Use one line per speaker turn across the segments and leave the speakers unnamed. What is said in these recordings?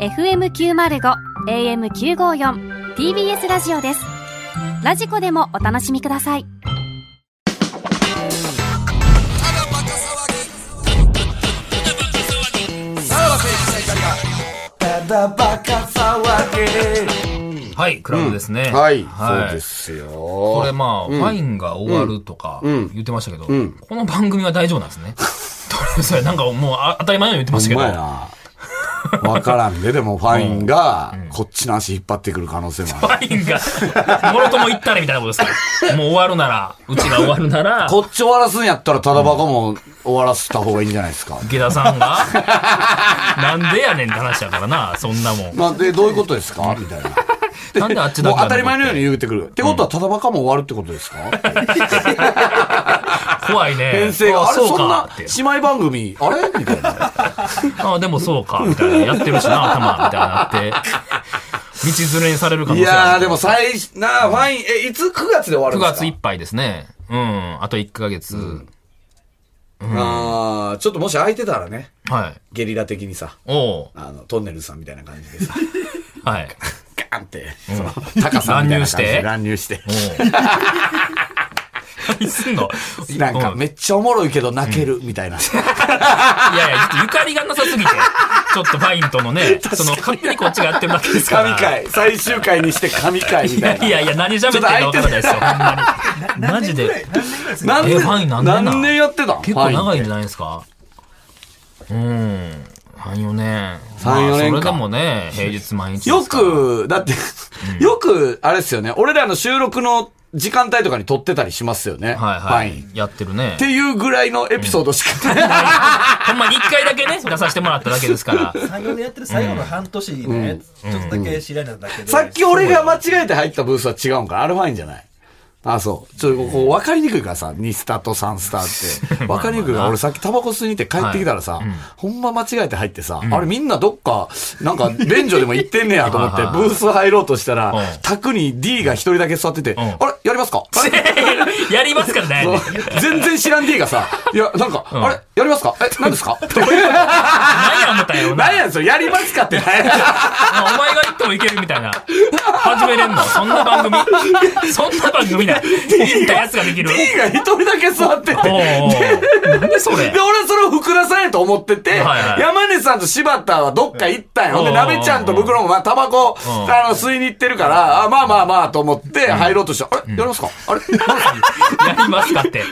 FM905 AM954 TBS ラジオですラジコでもお楽しみください
はい、クラブですね。
はい、そうですよ。
こ
こ
れまあ、ファインが終わるとか
ん
言ってましたけど、この番組は大丈夫なんですね。とりあえずなんかもうあ当たり前のように言ってましたけ
ほんまや
ど。
な。わからんで、でもファインが、こっちの足引っ張ってくる可能性もある。
ファインが、もろとも言ったれみたいなことです から。もう終わるなら、うちが終わるなら、
こっち終わらすんやったら、ただバカも終わらせた方がいいんじゃないですか。
池田さんが、なんでやねんって話やからな、そんなもん。
まあ、で、どういうことですかみたいな。
なんであっちだ
もう
け
当たり前のように言うてくる。ってことは、ただバカも終わるってことですか
怖いね。
編成が。
あ
あれ、
そう
そん
か
な
って。
姉妹番組、あれみたいな。
あでもそうか、みたいな。やってるしな、頭、みたいなって。道連れにされる可能
い
性あ
やー、
る
でも最、なあファイン、え、いつ ?9 月で終わ
9
るんですか
月いっぱいですね。うん。あと1ヶ月。
あーちょっともし空いてたらね、
はい。
ゲリラ的にさ、
おう。
あの、トンネルズさんみたいな感じでさ、
はい。
ガーンって、その、高さみたいな感じで乱入して。
おう。何す んの
なんか
う
めっちゃおもろいけど泣ける みたいな。
いやいや、ちょっとゆかりがなさす ぎて。ちょっとファインとのね、その、勝手にこっちがやってるだけですから。
神回、最終回に して神回み
い
た
や
いな。
いやいや、何喋ってるか分からないですよ、ほんまに。マジで。
なんで、
えファインなんでなん
何年やってた
結構長いんじ
ファインって
ゃないですかうん。3、4年。
三四
まあそれ
年か
でもね、平日毎日で
よ
すから。
く、だって、よく、あれですよね、俺らの収録の時間帯とかに撮ってたりしますよね。
はいは
ファイン。
い
っ。
やってるね
て。いうぐらいのエピソードしかない。
ほんまに1回だけね、出させてもらっただけです から。
最後でやってる最後の半年ね、ちょっとだけ知られただけで。
さっき俺が間違えて入ったブースは違うんか。あれファインじゃない。あ、そう。ちょっとここ分かりにくいからさ、2スタと3スタって。分かりにくいから、俺さっきタバコ吸いに行って帰ってきたらさ、ほんま間違えて入ってさ、あれみんなどっか、なんか、便所でも行ってんねやと思って、
はいはい
ブース入ろうとしたら
うん、
卓に D が一人だけ座ってて、あれやりますかあれ
やりますからね。
全然知らん D がさ、いや、なんか、あれやりますかえ、何です か
何や思ったんやろな。
何やねんそれ、やりますかって 何や
お前が言ってもいけるみたいな。始めれんのそんな番 組そんな番組ない。言ったやつができる。
D が一人だけ座って
おう
て。
おうなんでそれ
で、俺はそれを福田さんやと思ってて、
はいはい
山根さんと柴田はどっか行ったんや。ほんで、
うん
鍋ちゃんと袋も、まあ、タバコ、
ん
あの、吸いに行ってるから、あ、まあまあまあと思って入ろうとした。あれやりますかあれ
やりますかって。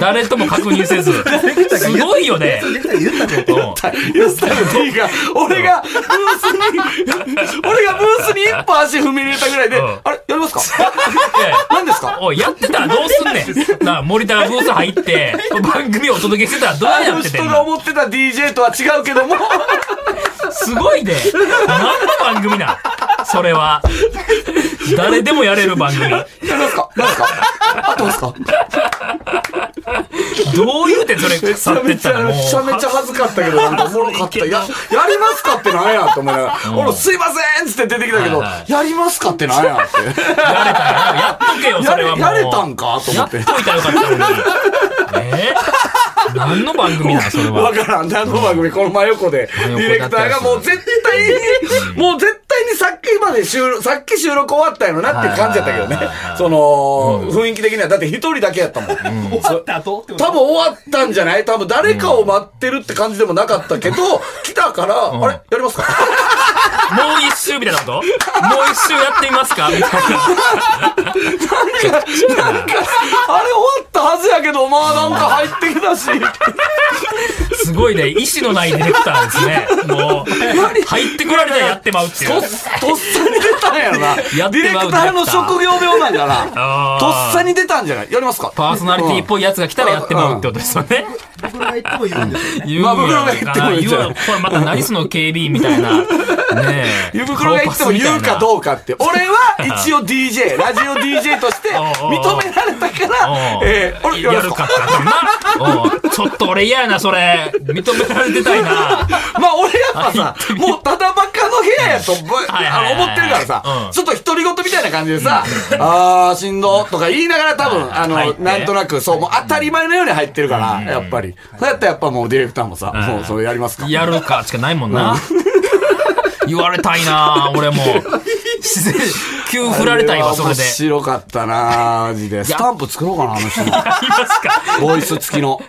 誰とも確認せず。すごいよね。うん
言ったら D が、俺がブースに、俺がブースに一歩足踏み入れたぐらいで、
うん
あれやりますか
いやいや
何で すか
おい、やってたらどうすんねん。なあ、森田がブース入って、番組をお届けしてたらどう
あ
や
の
ってて
人
ん
が
の
思ってた DJ とは違うけども、
すごいで。何の番組なんそれは。誰でもやれる番組。
やりますか何ですか合ってますか
どういうてそれ
めち
腐
ゃ
って
め
っ
ち
たら
ゃ、
もう
め。ちゃめちゃ恥ずかったけど、なんかおもろ かった。や、やりますかってなんやと思いながら、俺すいませんっつって出てきたけど、
はいは
やりますかってなんやって。
やれたら、やっとけよ、 そ
や
れ
れ、
はもう。
やれたんかと思
やっ
っ
と
て
い。たらよかったのに。えー何の番組なんそれ
わ
は。
からん。何の番組、この真横で、デ
横
ィレクターがもう絶対に、もう絶対にさっきまで収録、さっき収録終わったよなっていう感じやったけどね
はいはいはいは。い
その、雰囲気的には、だって一人だけやったもん。
終わった後ってこと
多分終わったんじゃない多分誰かを待ってるって感じでもなかったけど、来たから、あれやりますか
もう一周みたいなこともう一周やってみますかみたい
なんか、あれ終わったはずやけど、まあなんか入ってきた し、
な。すごいね、意志のないディレクターですね。もう、入ってこられたらやってまうっていう。
とっさに出たんやろな。デ
や
ィ
って
レ
まう
クターの職業病なんや
あ
な。
ー
とっさに出たんじゃないやりますか
パーソナリティっぽいやつが来たらやってまうってことですよね。
僕らが言っても言うんですよね。
言う
ま
や
あ
んか
僕らが言ってもいいん
言
じ
う
ゃな
わ
い
これまた何その警備員みたいな。ね え。
湯袋が言っても言うか
う
どうかって。俺は一応 DJ、ラジオ DJ と して認められたから、えー、俺や
や
り
る
ます
か
か
ったな。おうちょっと俺嫌やな、それ。認められてたいな。
まあ俺やっぱさ、もうただばかの部屋やとぼ
いはいは
あ
い
の思ってるから
う
さ
ん、
ちょっと独り言みたいな感じでさ、あーしんどとか言いながら多分、あ
入
の
っ、て
なんとなく、そう、もう当たり前のように入ってるから、やっぱり。そうやったらやっぱもうディレクターもさ、もうそれやりますか。
やるかしかないもんな。言われたいな俺も。自然、急振られたいわ、それで。
面白かったなマジで。スタンプ作ろうかな、あの 人の。
いますか
ボイス付きの。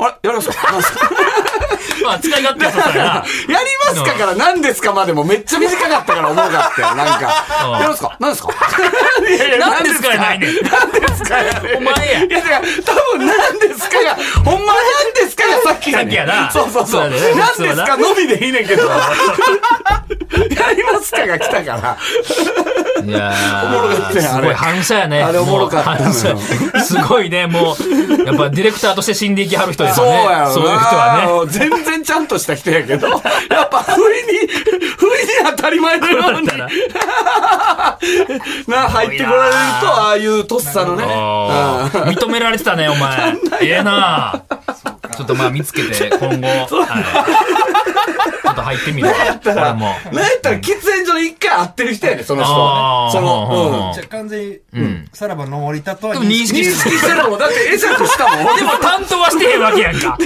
あれやります かなんすか
まあ、使い勝手やったからな。
やりますかから何ですかまでもめっちゃ短かったから思 うかって。なんか。やりますか何ですか
何ですかやないねん。何ですかお前や
い。や、だから、多分何ですかが、ほんま何ですかがさっき
さ
やねん
っきやな
そうそうそう。
そうだね
何ですかのみでいいねんけど。 やりますかが来たから。
いやー
おもろかったやんあ
す
れ
ごい反射やね。
あれおもろかったのよ
もう反射すごいね、もう、やっぱディレクターとして死んでいきはる人です
そう
よね。
やろ
そういう
な
人 はね。
全然ちゃんとした人やけど、やっぱ、不意に、不意に当たり前のように、な、入ってこられると、ああいうとっさのね。
あー認められてたね、お前。ええなちょっとまあ見つけて、今後、はいちょっと入ってみるわ。俺も。
なんやったら喫煙所で一回会ってる人やねその人
あー
はね。その、うん
じゃあ完全に、さらばの森田とは
でも認識
認
して
識してるもん。だって会釈した もん。
でも担当はしてへんわけやんか。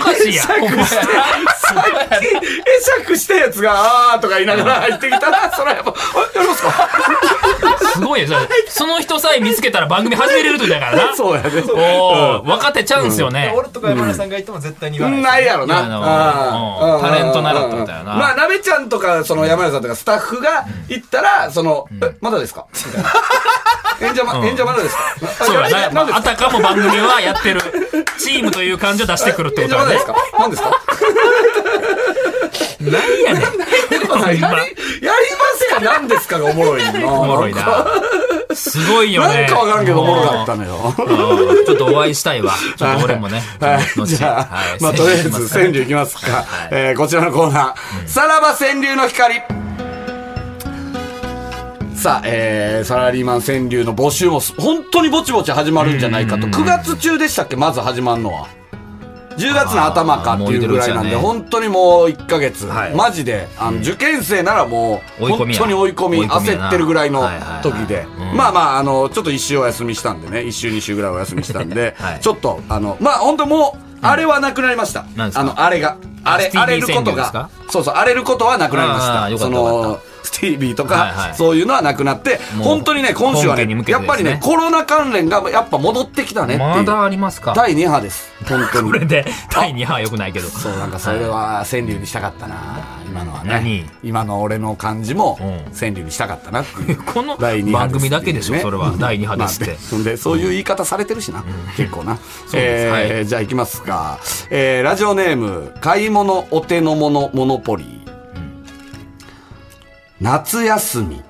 おか しいやん。お前
会釈したやつが、あーとか言いながら入ってきたら、それはやっぱ、あ、やりますか
すごいよ。その人さえ見つけたら番組始めれる時だからな。
そうやね。
おー若手チャンスよね。
俺とか山田さんが言っても絶対に言わない。
ないやろ
いやなうん
な。うん
タレントならってことやな
まあ、なべちゃんとか、その山田さんとかスタッフが行ったら、その、え、まだですかみたいな。演者ま、演者まだですか
そう
あ
や
何で
な。あ
す
た
か
かも番組はやってる。チームという感じを出してくるってこ
演
と
者
は
まだ
ね
で。すか何ですか
何やねん。ほんま
やり、やりますか何ですかがおもろいな。
お
お
もろいな。すごいよ
な
ね。
んかわからんけどおもろかったのよ。
うんちょっとお会いしたいわ。ちょっと俺もね。
はい。じゃあ、
はい
まあ、とりあえず、
川
川柳いきますか。えーこちらのコーナー、さらば川柳の光。さあ、えー、サラリーマン川柳の募集もす、本当にぼちぼち始まるんじゃないかと。9月中でしたっけまず始まるのは。10月の頭かっていうぐらいなんで、
あーも
本当にもう1ヶ月、
はい
マジで、あの、受験生ならもう、
追い込み
本
や
当に追い込
追い
み、
込みやな
焦ってるぐらいの時
は
で
いはいはいうん、、
まあまあ、あの、ちょっと1週お休みしたんでね、1週2週ぐらいお休みしたんで
はい
ちょっと、あの、まあ、本当もう、あれはなくなりました。
何ですか
あの、あれが。あれ
ス、ティー
荒
ビー
れること
川柳ですか
が。そうそう、荒れることはなくなりまし
あー
た。
よかっ
そ
たよかっ
の、スティービーと
はいは
か
い、
そういうのはなくなって、
もう
本当にね、今週は
本編に向
ね
け、てで
や
すね
っぱりね、コロナ関連がやっぱ戻ってきたねってい
ま
う。
だありますか。
第2波です。本当
こ
に
れ。で、第2波は良くないけど。
そう、なんかそれは川柳にしたかったな、今のはね。
何
今の俺の感じも
うん
川柳にしたかったなっていう
この
第二波
番
です
組だけでしょ
ね
それは
うん
第二波ですって
まあそんで、そういう言い方されてるしな、結構な。
うです
えー
は
じゃあ行きますか。えーラジオネーム、買い物お手の物モノポリー。夏休み、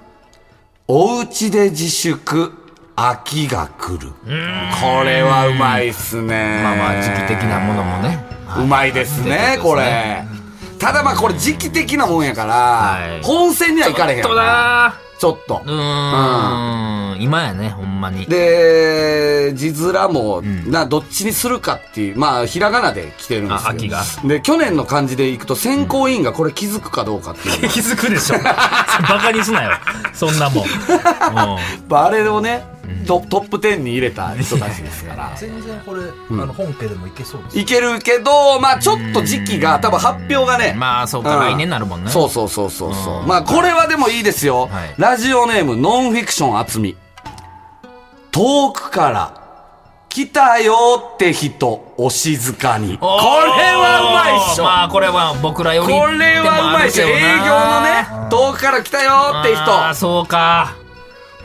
おうちで自粛、秋が来る。これはうまいっすね。
まあまあ、時期的なものもね。はいう
まいですね、
ってこ
こと
です
れ。ただまあこれ時期的なもんやから、
い
本戦には行かれへん
ちょっ
よ
と
な。
な
ちょっと。
うーん。今やね、ほんまに。
で、字面も、な、どっちにするかっていう、まあ、ひらがなで来てるんですけど。
あ秋が
で、去年の漢字でいくと、選考委員がこれ気づくかどうか っていうのが。
気づくでしょ。バカにすなよ。そんなもん。うん
まああれをね、トトップ10に入れた人たちですから。
全然これ、あの、本家でもいけそうです。
いけるけど、まあちょっと時期が、多分発表がね。
まあ、そうか、
うん
来年になるもんね。
そうそうそうそうそうう。
ん
まあこれはでもいいですよ。
はい
ラジオネームノンフィクション厚み。遠くから来たよって人お静かに。これ
おー
はうまいっしょ。
まあ、これは僕らより。
これはうまいっしょ。営業のね、遠くから来たよって
あー
人。
そうか。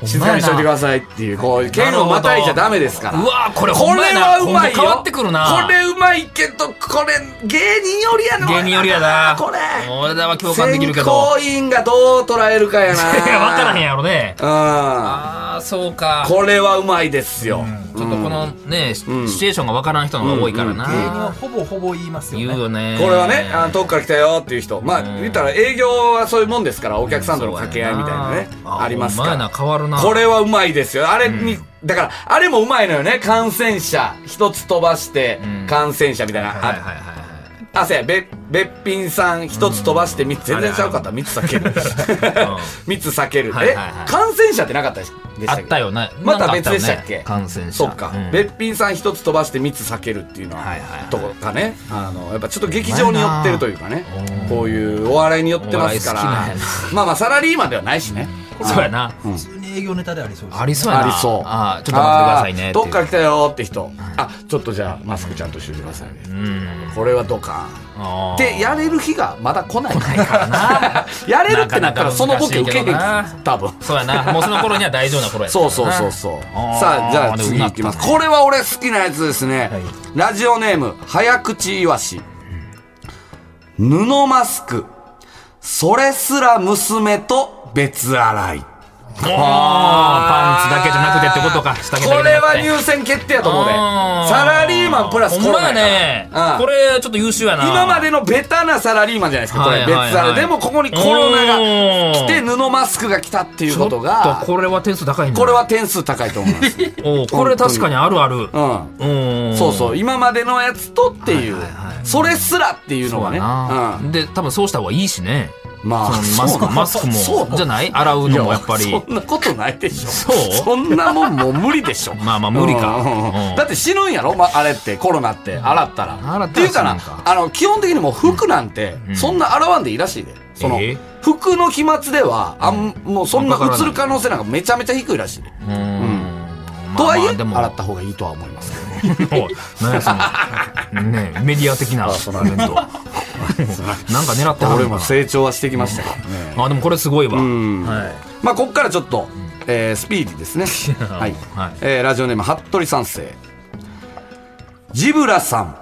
静かにしといてく
さ
ださいっていう、こう、剣をまたいじゃダメですから。
うわーこれ
こ
ほんま
れ
やな
はうま
今
いよ。
後変わってくるな
これうまいけど、これ、芸人よりやな。
芸人よりやな。
これ。
俺らは共感できるけど。
選考委員がどう捉えるかやな。
いや、わからへんやろね。
う
ああ、そうか。
ん。これはうまいですよ。
ちょっとこのね、シチュエーションがわからん人の方が多いからな。
芸人はほぼほぼ言いますよね。
言うよね。
これはね、あの遠くから来たよっていう人。まあ、言ったら営業はそういうもんですから、お客さんとの掛け合いみたいなね、あります
お前
から
な、。変わるな。
これはうまいですよ。あれに、だから、あれもうまいのよね。感染者、一つ飛ばして、感染者みたいな。
はいはいはいはい。
あ、せや、べ、べっぴんさん一つ飛ばして三つ、全然ちゃうかった。三つ避ける。 三つ避ける。
はい
え
はいはい、
感染者ってなかったでしたっけ
あったよね。
また
なん
別
かあ
で
よね
したっけ
感染者。
そっか
ん。
べっぴんさん一つ飛ばして三つ避けるっていうの
はいはいは、
はいところかね。あの、やっぱちょっと劇場に寄ってるというかね。こういうお笑いに寄ってますか
お笑い好きなん
ら
やね。
まあまあ、サラリーマンではないしね。
そうやな。
普通に営業ネタでありそうです
ありそうやな。
ありそう。
あーちょっと待ってくださいね
あ
って
ー
い
ど
う。
っから来たよって人。あ、ちょっとじゃあ、マスクちゃんとしてくださいね。これはどうか。
あー
で、やれる日がまだ来ない。
からな
やれるってなったら、そのボケ受けへん
なかなか難しいけどな
多分。
そうやな。もうその頃には大丈夫な頃やったか
そう
らな
そうそうそう。
あー
さあ、じゃあ次
でも
いきます。これは俺好きなやつですね。ラジオネーム、早口いわし。布マスク。それすら娘と別洗い。
おーパンツだけじゃなくてってことか。下着だけじゃな
こ
くて
れは入選決定やと思うで。
あー
サラリーマンプラスコ
ほん
ロ
ま
ナ
や
やから
ね
うん。
これちょっと優秀やな。
今までのベタなサラリーマンじゃないですか、こ
は
れ。
いはいはい
別あれ。でもここにコロナが来て
うん
布マスクが来たっていうこと
ちょっ
が
と、これは点数高いんだ
これは点数高いと思い ます。
おうこれ確かにあるある
うん。
うん
そうそう、今までのやつとっていう、それすらっていうの
そう
がね。
やな
うん
で多分そうした方がいいしね
まあ、
そのマス
そう
ク
なの
マスク
そうな
も
の
じゃない洗う
い
のもやっぱり
そんなことないでしょ。
そう
そんなもんもう無理でしょ。
まあまあ無理か
うんうんうん
うん
だって死ぬんやろ、まあ、あれって、コロナって、洗ったら。
洗ったら
っていうか
死ぬん
な
か、
あの、基本的にもう服なんて、
ん
そんな洗わんでいいらしいで。その、
え
服の飛沫では、あん、もうそんな映る可能性なんかめちゃめちゃ低いらしいで。
うんまあ
とはいえ、
まあでも
洗った方がいいとは思いますけどね。
おい何やそのねえメディア的 なコメントなんか狙ってはる
俺
のか
も成長はしてきましたからね。
なあでもこれすごいわ
うん
はい
まあ、ここからちょっと、えースピーディーですね。はい。
はい
えーラジオネーム、服部三世。ジブラさん。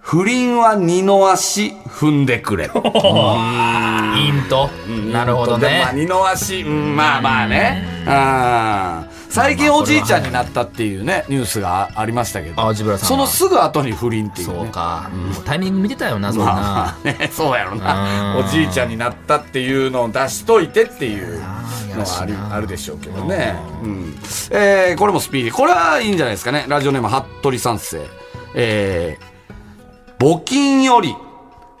不倫は二の足踏んで くれ。
インとなるほど
でもまあ
ね
二の足、うんまあまあね。あー最近おじいちゃんになったっていうね、ニュースがありましたけど。
あジブラさん
その
は
すぐ後に不倫っていうね。
そうかもうタイミング見てたよなそんな
まあまあね、そうやろな。
う
お
ん
じいちゃんになったっていうのを出しといてっていうの
ー
はあり
やらしいな
あるでしょうけどね。うん。えーこれもスピーディー。これはいいんじゃないですかね。ラジオネーム、服部三世。えー募金より、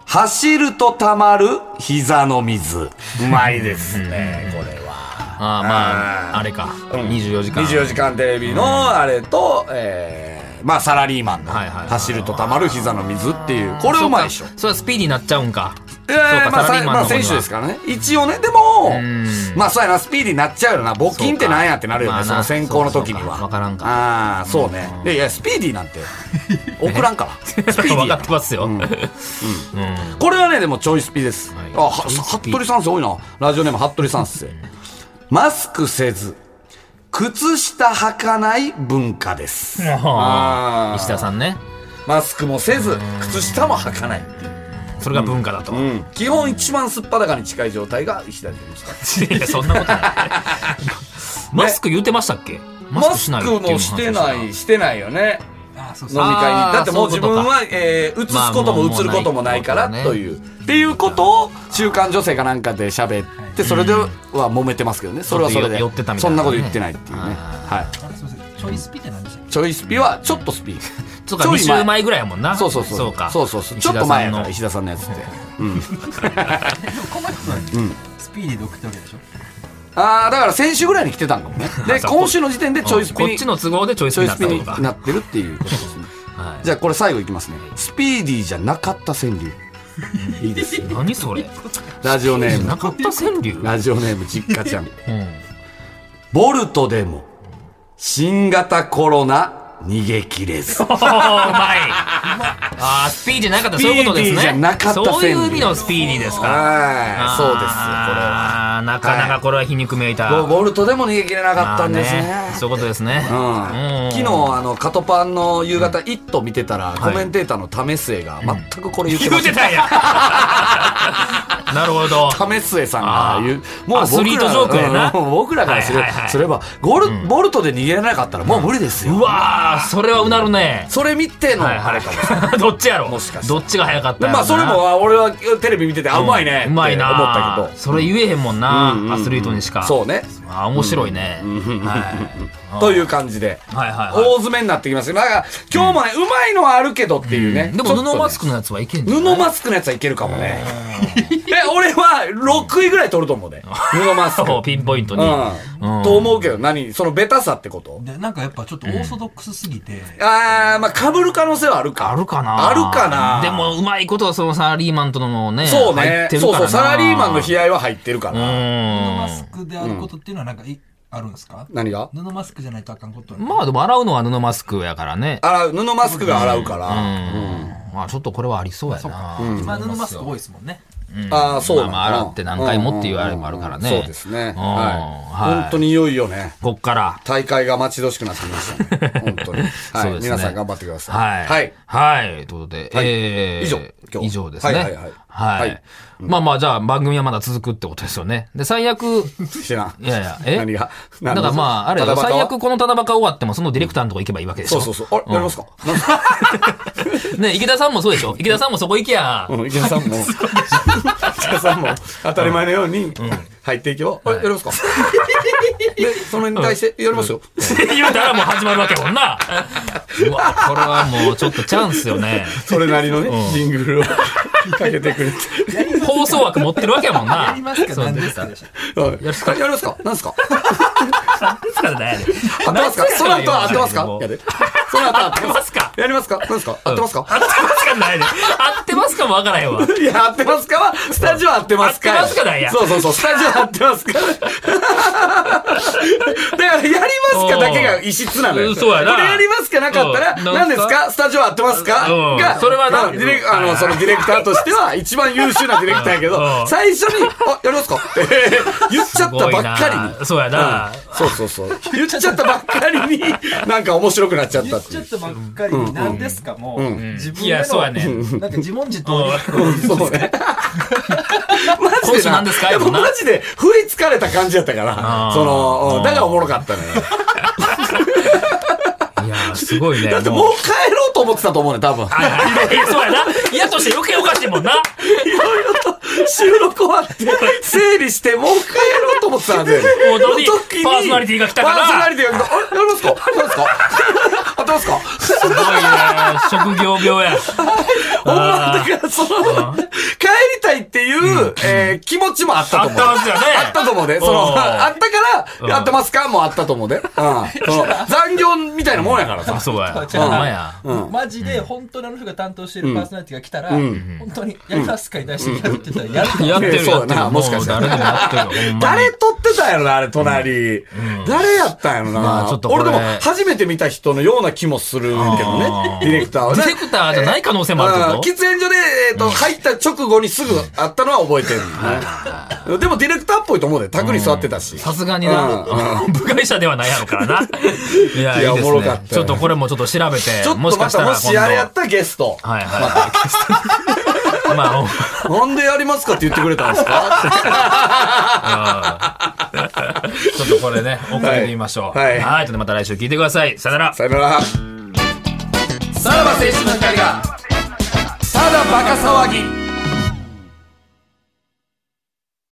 走ると溜まる膝の水。うまいですね、これは。
ああまああれか24時間
24時間テレビのあれと、えーまあサラリーマンの、
はいはいはい
走ると溜まる膝の水っていう。これうまいでしょ
そっか。それはスピーディーになっちゃうんか
いやい
そ
や
うか
まあ、
サラ
さ
リーマン
ま
の
あ、
方には
選手ですからね。一応ね、でも
ん、
まあ、そうやな、スピーディーになっちゃうよな。募金ってなんやってなるよ
ま
ね、
あ
その
な
選考の時に
そう
は。
かわからんか
ああ、そうね。いやいや、スピーディーな んて、送らんから。スピーディー
分か
や
ってますよ、うん
これはね、でも、ちょいスピです。
はい
あ、は
ちょいスピ
服部さんす多いな。ラジオネーム、服部さんっす。マスクせず、靴下履かない文化です。あー
石田さんね
マスクもせず、靴下も履かないっていう。
それが文化だと、
うん基本一番すっぱだかに近い状態が石田純一さん。
いやそんなこと ないマスク言うてましたっけ
マスク
っていう
も
話を
してない、してないよね。
あそう
飲
そう
み会に。
あー
だってもう
そうい
自
うこと
分
か
は、えー、映すことも
まあ
映ることもないか
も
ら
うない
という。っていうことを、週刊女性かなんかで喋って、それでは揉めてますけどね。それはそれで。
ちょっと寄ってたみた
そ
い
ん
なね
なこと言ってないっていうね。は
あすいませんちょいスピって何でしたっ
い。ちょいスピは、ちょっとスピ。
そうか2週前ぐらいやもんな
そうそうそう。
そうか
そうそうそう。ちょっと前やから、
石
石田さんのや つって。
けでもこの人はスピーディーで送ったわけでしょ
ああ、だから先週ぐらいに来てた んかもね。で、
そう
今週の時点でち
田さん
ょ
の
いスピ
こっ
に、
ち
ち
の都合でチョイス
ょ
に
い
なっ
ス
た
ピ
の
に
か
なってるっていうこと ですね。
はい
じゃあこれ最後いきますね。スピーディーじゃなかった川柳。いいですよ。
何それ
ラジオネーム
な、かった川柳
ラジオネーム実家ちゃん。
うん
ボルトでも、新型コロナ逃げ切れ ず。
おーうまいあースピーディーじゃなかったそういうことですね
スピーディーじゃなかった川柳
そういう意味のスピーディーですから
はい、そうですよ、これは。
あーなかなかこれは皮肉めいた、
ボボルトでも逃げ切れなか
ま
っ
あ
たんですね。
そういうことですね、
うん、昨日あのカトパンの夕方「イット!」見てたら、
はい
コメンテーターの為末が 全くこれ言ってま
言う
してた
たんやなるほど
為末さんが言うもう僕ら
アスリートジョークやな
うん僕らからすれ,、
はいはいはい
すればゴル、ボルトで逃げられなかったらもう無理ですよ、
うわーそれはうなるね
それ見ての、
はい
あれかもしれない
はい どっちやろ
もしかして
どっちが早かったやろ
まあ
な
それもあ俺はテレビ見ててあうまいねっ
う
て思っ
まいな
たけど、
それ言えへんもんな、
うんうんうん
アスリートにしか
そうね
あ面白いね、はい
という感じで、
はいはいはい
大詰めになってきますよだから今日もね、うまいのはあるけどっていうね、
で
ちょ
も
っとね
布マスクのやつはいけんじゃん
布マスクのやつはいけるかもね。え、俺は6位ぐらい取ると思うね。布 マスク。
そうピンポイントに、
うん。と思うけど、何そのベタさってこと
でなんかやっぱちょっとオーソドックスすぎて、
あー、まあ、被る可能性はあるか。
あるかな
あるかな
でもうまいことそのサラリーマンとのもね
そう
入
ね
っ。てるか
そう
ら
そ
な
う、サラリーマンの悲哀は入ってるか
う
ら。
布
ん
マスクであることっていうのはなんかいあるんですか
何が
布マスクじゃないとあかんことは
まあでも洗うのは布マスクやからね
洗う、布マスクが洗うか
う
ら。
んまあちょっとこれはありそうやな
まあ布マスク多いですもんね
あー、そ
まあ
うなの
まあ洗って何回もっていうあれもあるからね
そうですね。
うん
はい。
はい
本当にいよいよね。
こっから
大会が待ち遠しくなってきましたね。 本当に。は
そう
い。
ですね
皆さん頑張ってくださ。
はいい。
はい。。
はい。ということで、
はい
えー
以上今日
以上ですね。
は
はいい
はいはいはい
まあまあ、じゃあ番組はまだ続くってことですよね。で、最 悪、
知らん。
いやいや、え
何が
だからまあ、あれ
た
よ
だバカ
最
は
悪この七夕終わっても、そのディレクターのとこ行けばいいわけでしょ。
そうそうそう。あれ、やりますかなんか
ね、池田さんもそうでしょ。池田さんもそこ行けや。
うん、池田さんも、池田さんも当たり前のように入っていけば、あれやり ますかで、そのに対して、やりますよ。
言うたらもう始まるわけやもんな。うわ、これはもうちょっとチャンスよね。
それなりのね、ジング ルをかけてくれて。
放送枠持ってるわけやもんな。
ありますけど
そう
何
で
ですすかでしょ
はいやりますかやりますか何すか
何
合ってますかその後は合ってますかや
合っ
で。その後は合って
ますか
やりますか何すか合ってますか
てますかないで。合ってますかもわからへんわ。
いや、合ってますかは、スタジオ合ってますか
合ってますかなんや
そうそうそう、スタジオ合ってますかだから、やりますかだけが異質なの
う
よ。
んそうやな
これやりますかなかったら、
うん
何です
なんです
かスタジオ合ってますか
うん
が、
それはな
まあディレクあ
は
の、
い
そのディレクターとしては、一番優秀なディレクターやけ
う
ど、
ん
最初に、あ、やりますかって言っちゃったばっかりに。
そうやな。
そうそうそう。言っちゃったばっかりに、なんか面白くなっちゃったってい
ちょ
う
っ。とばっかりに何ですかもう自分
いやそうやね
のなんか自問自答に
そうね。マジ
今週なんですか
いや
やもんな
マジで、振りつかれた感じやったから
あ、ー
その、うんだからおもろかったのよ。
いやー、すごいね。
だってもう
もう
帰ろうと思ってたと思うね、多分。
はいはいいやそうやな。嫌として余計おかしいもんな。
収録終わって、整理して、もう帰ろうと思ってたはずやね
もうどうに
の時に
パーソナリティが来たから
パーソナリティが来た。あれ、やりますかやりますか当てますか
すごいね。職業病や。
ほんま、だからその、帰りたいっていう、えー気持ちもあったと思う。
あったはずやね
あったと思うで。そ
お
の、
う
あったから、やってますかもあったと 思うで。うん。その残業みたいなもんやからさ
あ、。そうや。
違う
ほんまや。
マジで本当にあの人が担当してるパーソナリティが来たら、本当にやりますかに対してやるって言ったらやるって
やってる
えーそう
や
や
って
な
る。
もしかしたら
う誰でもやってる。ほんまに
誰撮ってたんやろな、あれ、隣。誰やったんやろ
まあちょ
な
っ。とこれ
俺でも、初めて見た人のような気もするけどね
あ、ー
ディレクターは
デ
ね
ィレクターじゃない可能性もある
あ
っ
ー
てこ
喫煙所で、えっと、入った直後にすぐあったのは覚えてるのね。でもディレクターっぽいと思うで、卓に座ってたし。
とさすがに
うん
な
う、
部外者ではないやろからな。いや、
いや
いいで
お
す
もろかったよ
ね。ちょっとこれもちょっと調べ
ちょ
て、
っと
も
ま
しかした
た、
ら
も
今
しあれやっ
度。
たらゲスト。
はいはい。 まあお、
なんでやりますかって言ってくれたんですか
ちょっとこれね、送ってみましょう。
は
はいい。はい。ということでまた来週聞いてください。さよなら。
さよなら。さらば青春の光が、ただバカ騒ぎ。